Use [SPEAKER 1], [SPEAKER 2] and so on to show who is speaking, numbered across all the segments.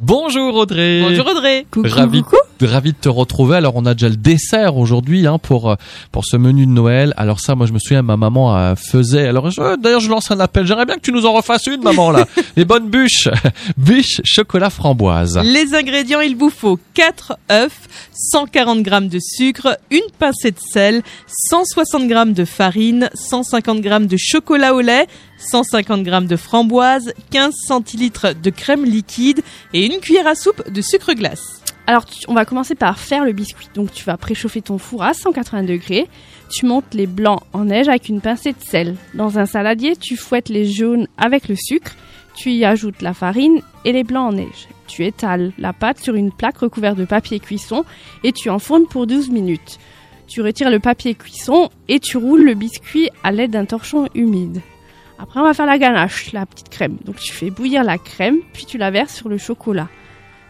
[SPEAKER 1] Bonjour Audrey.
[SPEAKER 2] Bonjour Audrey.
[SPEAKER 3] Coucou,
[SPEAKER 1] Ravi,
[SPEAKER 3] coucou.
[SPEAKER 1] ravi de te retrouver. Alors on a déjà le dessert aujourd'hui hein, pour euh, pour ce menu de Noël. Alors ça, moi je me souviens, ma maman euh, faisait. Alors je- d'ailleurs je lance un appel. J'aimerais bien que tu nous en refasses une, maman là. Les bonnes bûches, bûches chocolat framboise.
[SPEAKER 2] Les ingrédients, il vous faut 4 œufs, 140 g de sucre, une pincée de sel, 160 g de farine, 150 g de chocolat au lait, 150 g de framboise, 15 centilitres de crème liquide et une cuillère à soupe de sucre glace.
[SPEAKER 3] Alors, tu- on va commencer par faire le biscuit. Donc, tu vas préchauffer ton four à 180 degrés. Tu montes les blancs en neige avec une pincée de sel. Dans un saladier, tu fouettes les jaunes avec le sucre. Tu y ajoutes la farine et les blancs en neige. Tu étales la pâte sur une plaque recouverte de papier cuisson et tu enfournes pour 12 minutes. Tu retires le papier cuisson et tu roules le biscuit à l'aide d'un torchon humide. Après, on va faire la ganache, la petite crème. Donc, tu fais bouillir la crème, puis tu la verses sur le chocolat.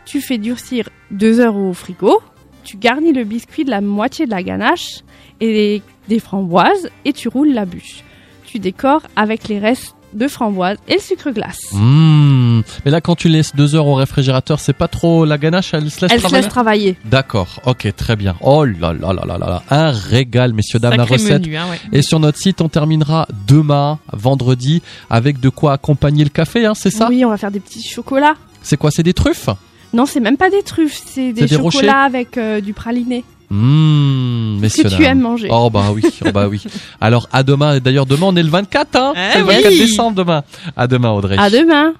[SPEAKER 3] Tu fais durcir deux heures au frigo. Tu garnis le biscuit de la moitié de la ganache et des, des framboises et tu roules la bûche. Tu décores avec les restes de framboises et le sucre glace.
[SPEAKER 1] Mmh. Mais là, quand tu laisses deux heures au réfrigérateur, c'est pas trop la ganache, elle se laisse
[SPEAKER 3] Elle se
[SPEAKER 1] travailler
[SPEAKER 3] laisse travailler.
[SPEAKER 1] D'accord, ok, très bien. Oh là là là là là là, un régal, messieurs, dames, la
[SPEAKER 2] Sacré
[SPEAKER 1] recette.
[SPEAKER 2] menu, hein, ouais.
[SPEAKER 1] Et sur notre site, on terminera demain, vendredi, avec de quoi accompagner le café, hein, c'est ça
[SPEAKER 3] Oui, on va faire des petits chocolats.
[SPEAKER 1] C'est quoi C'est des truffes
[SPEAKER 3] Non, c'est même pas des truffes, c'est des,
[SPEAKER 1] C'est des rochers.
[SPEAKER 3] chocolats avec euh, du praliné
[SPEAKER 1] Mmh, messieurs,
[SPEAKER 3] que tu
[SPEAKER 1] dames.
[SPEAKER 3] aimes manger.
[SPEAKER 1] Oh bah oui, oh bah oui. Alors à demain, Et d'ailleurs demain on est le 24, hein
[SPEAKER 2] Eh
[SPEAKER 1] C'est le 24
[SPEAKER 2] oui.
[SPEAKER 1] décembre demain. À demain Audrey.
[SPEAKER 3] Ah À demain.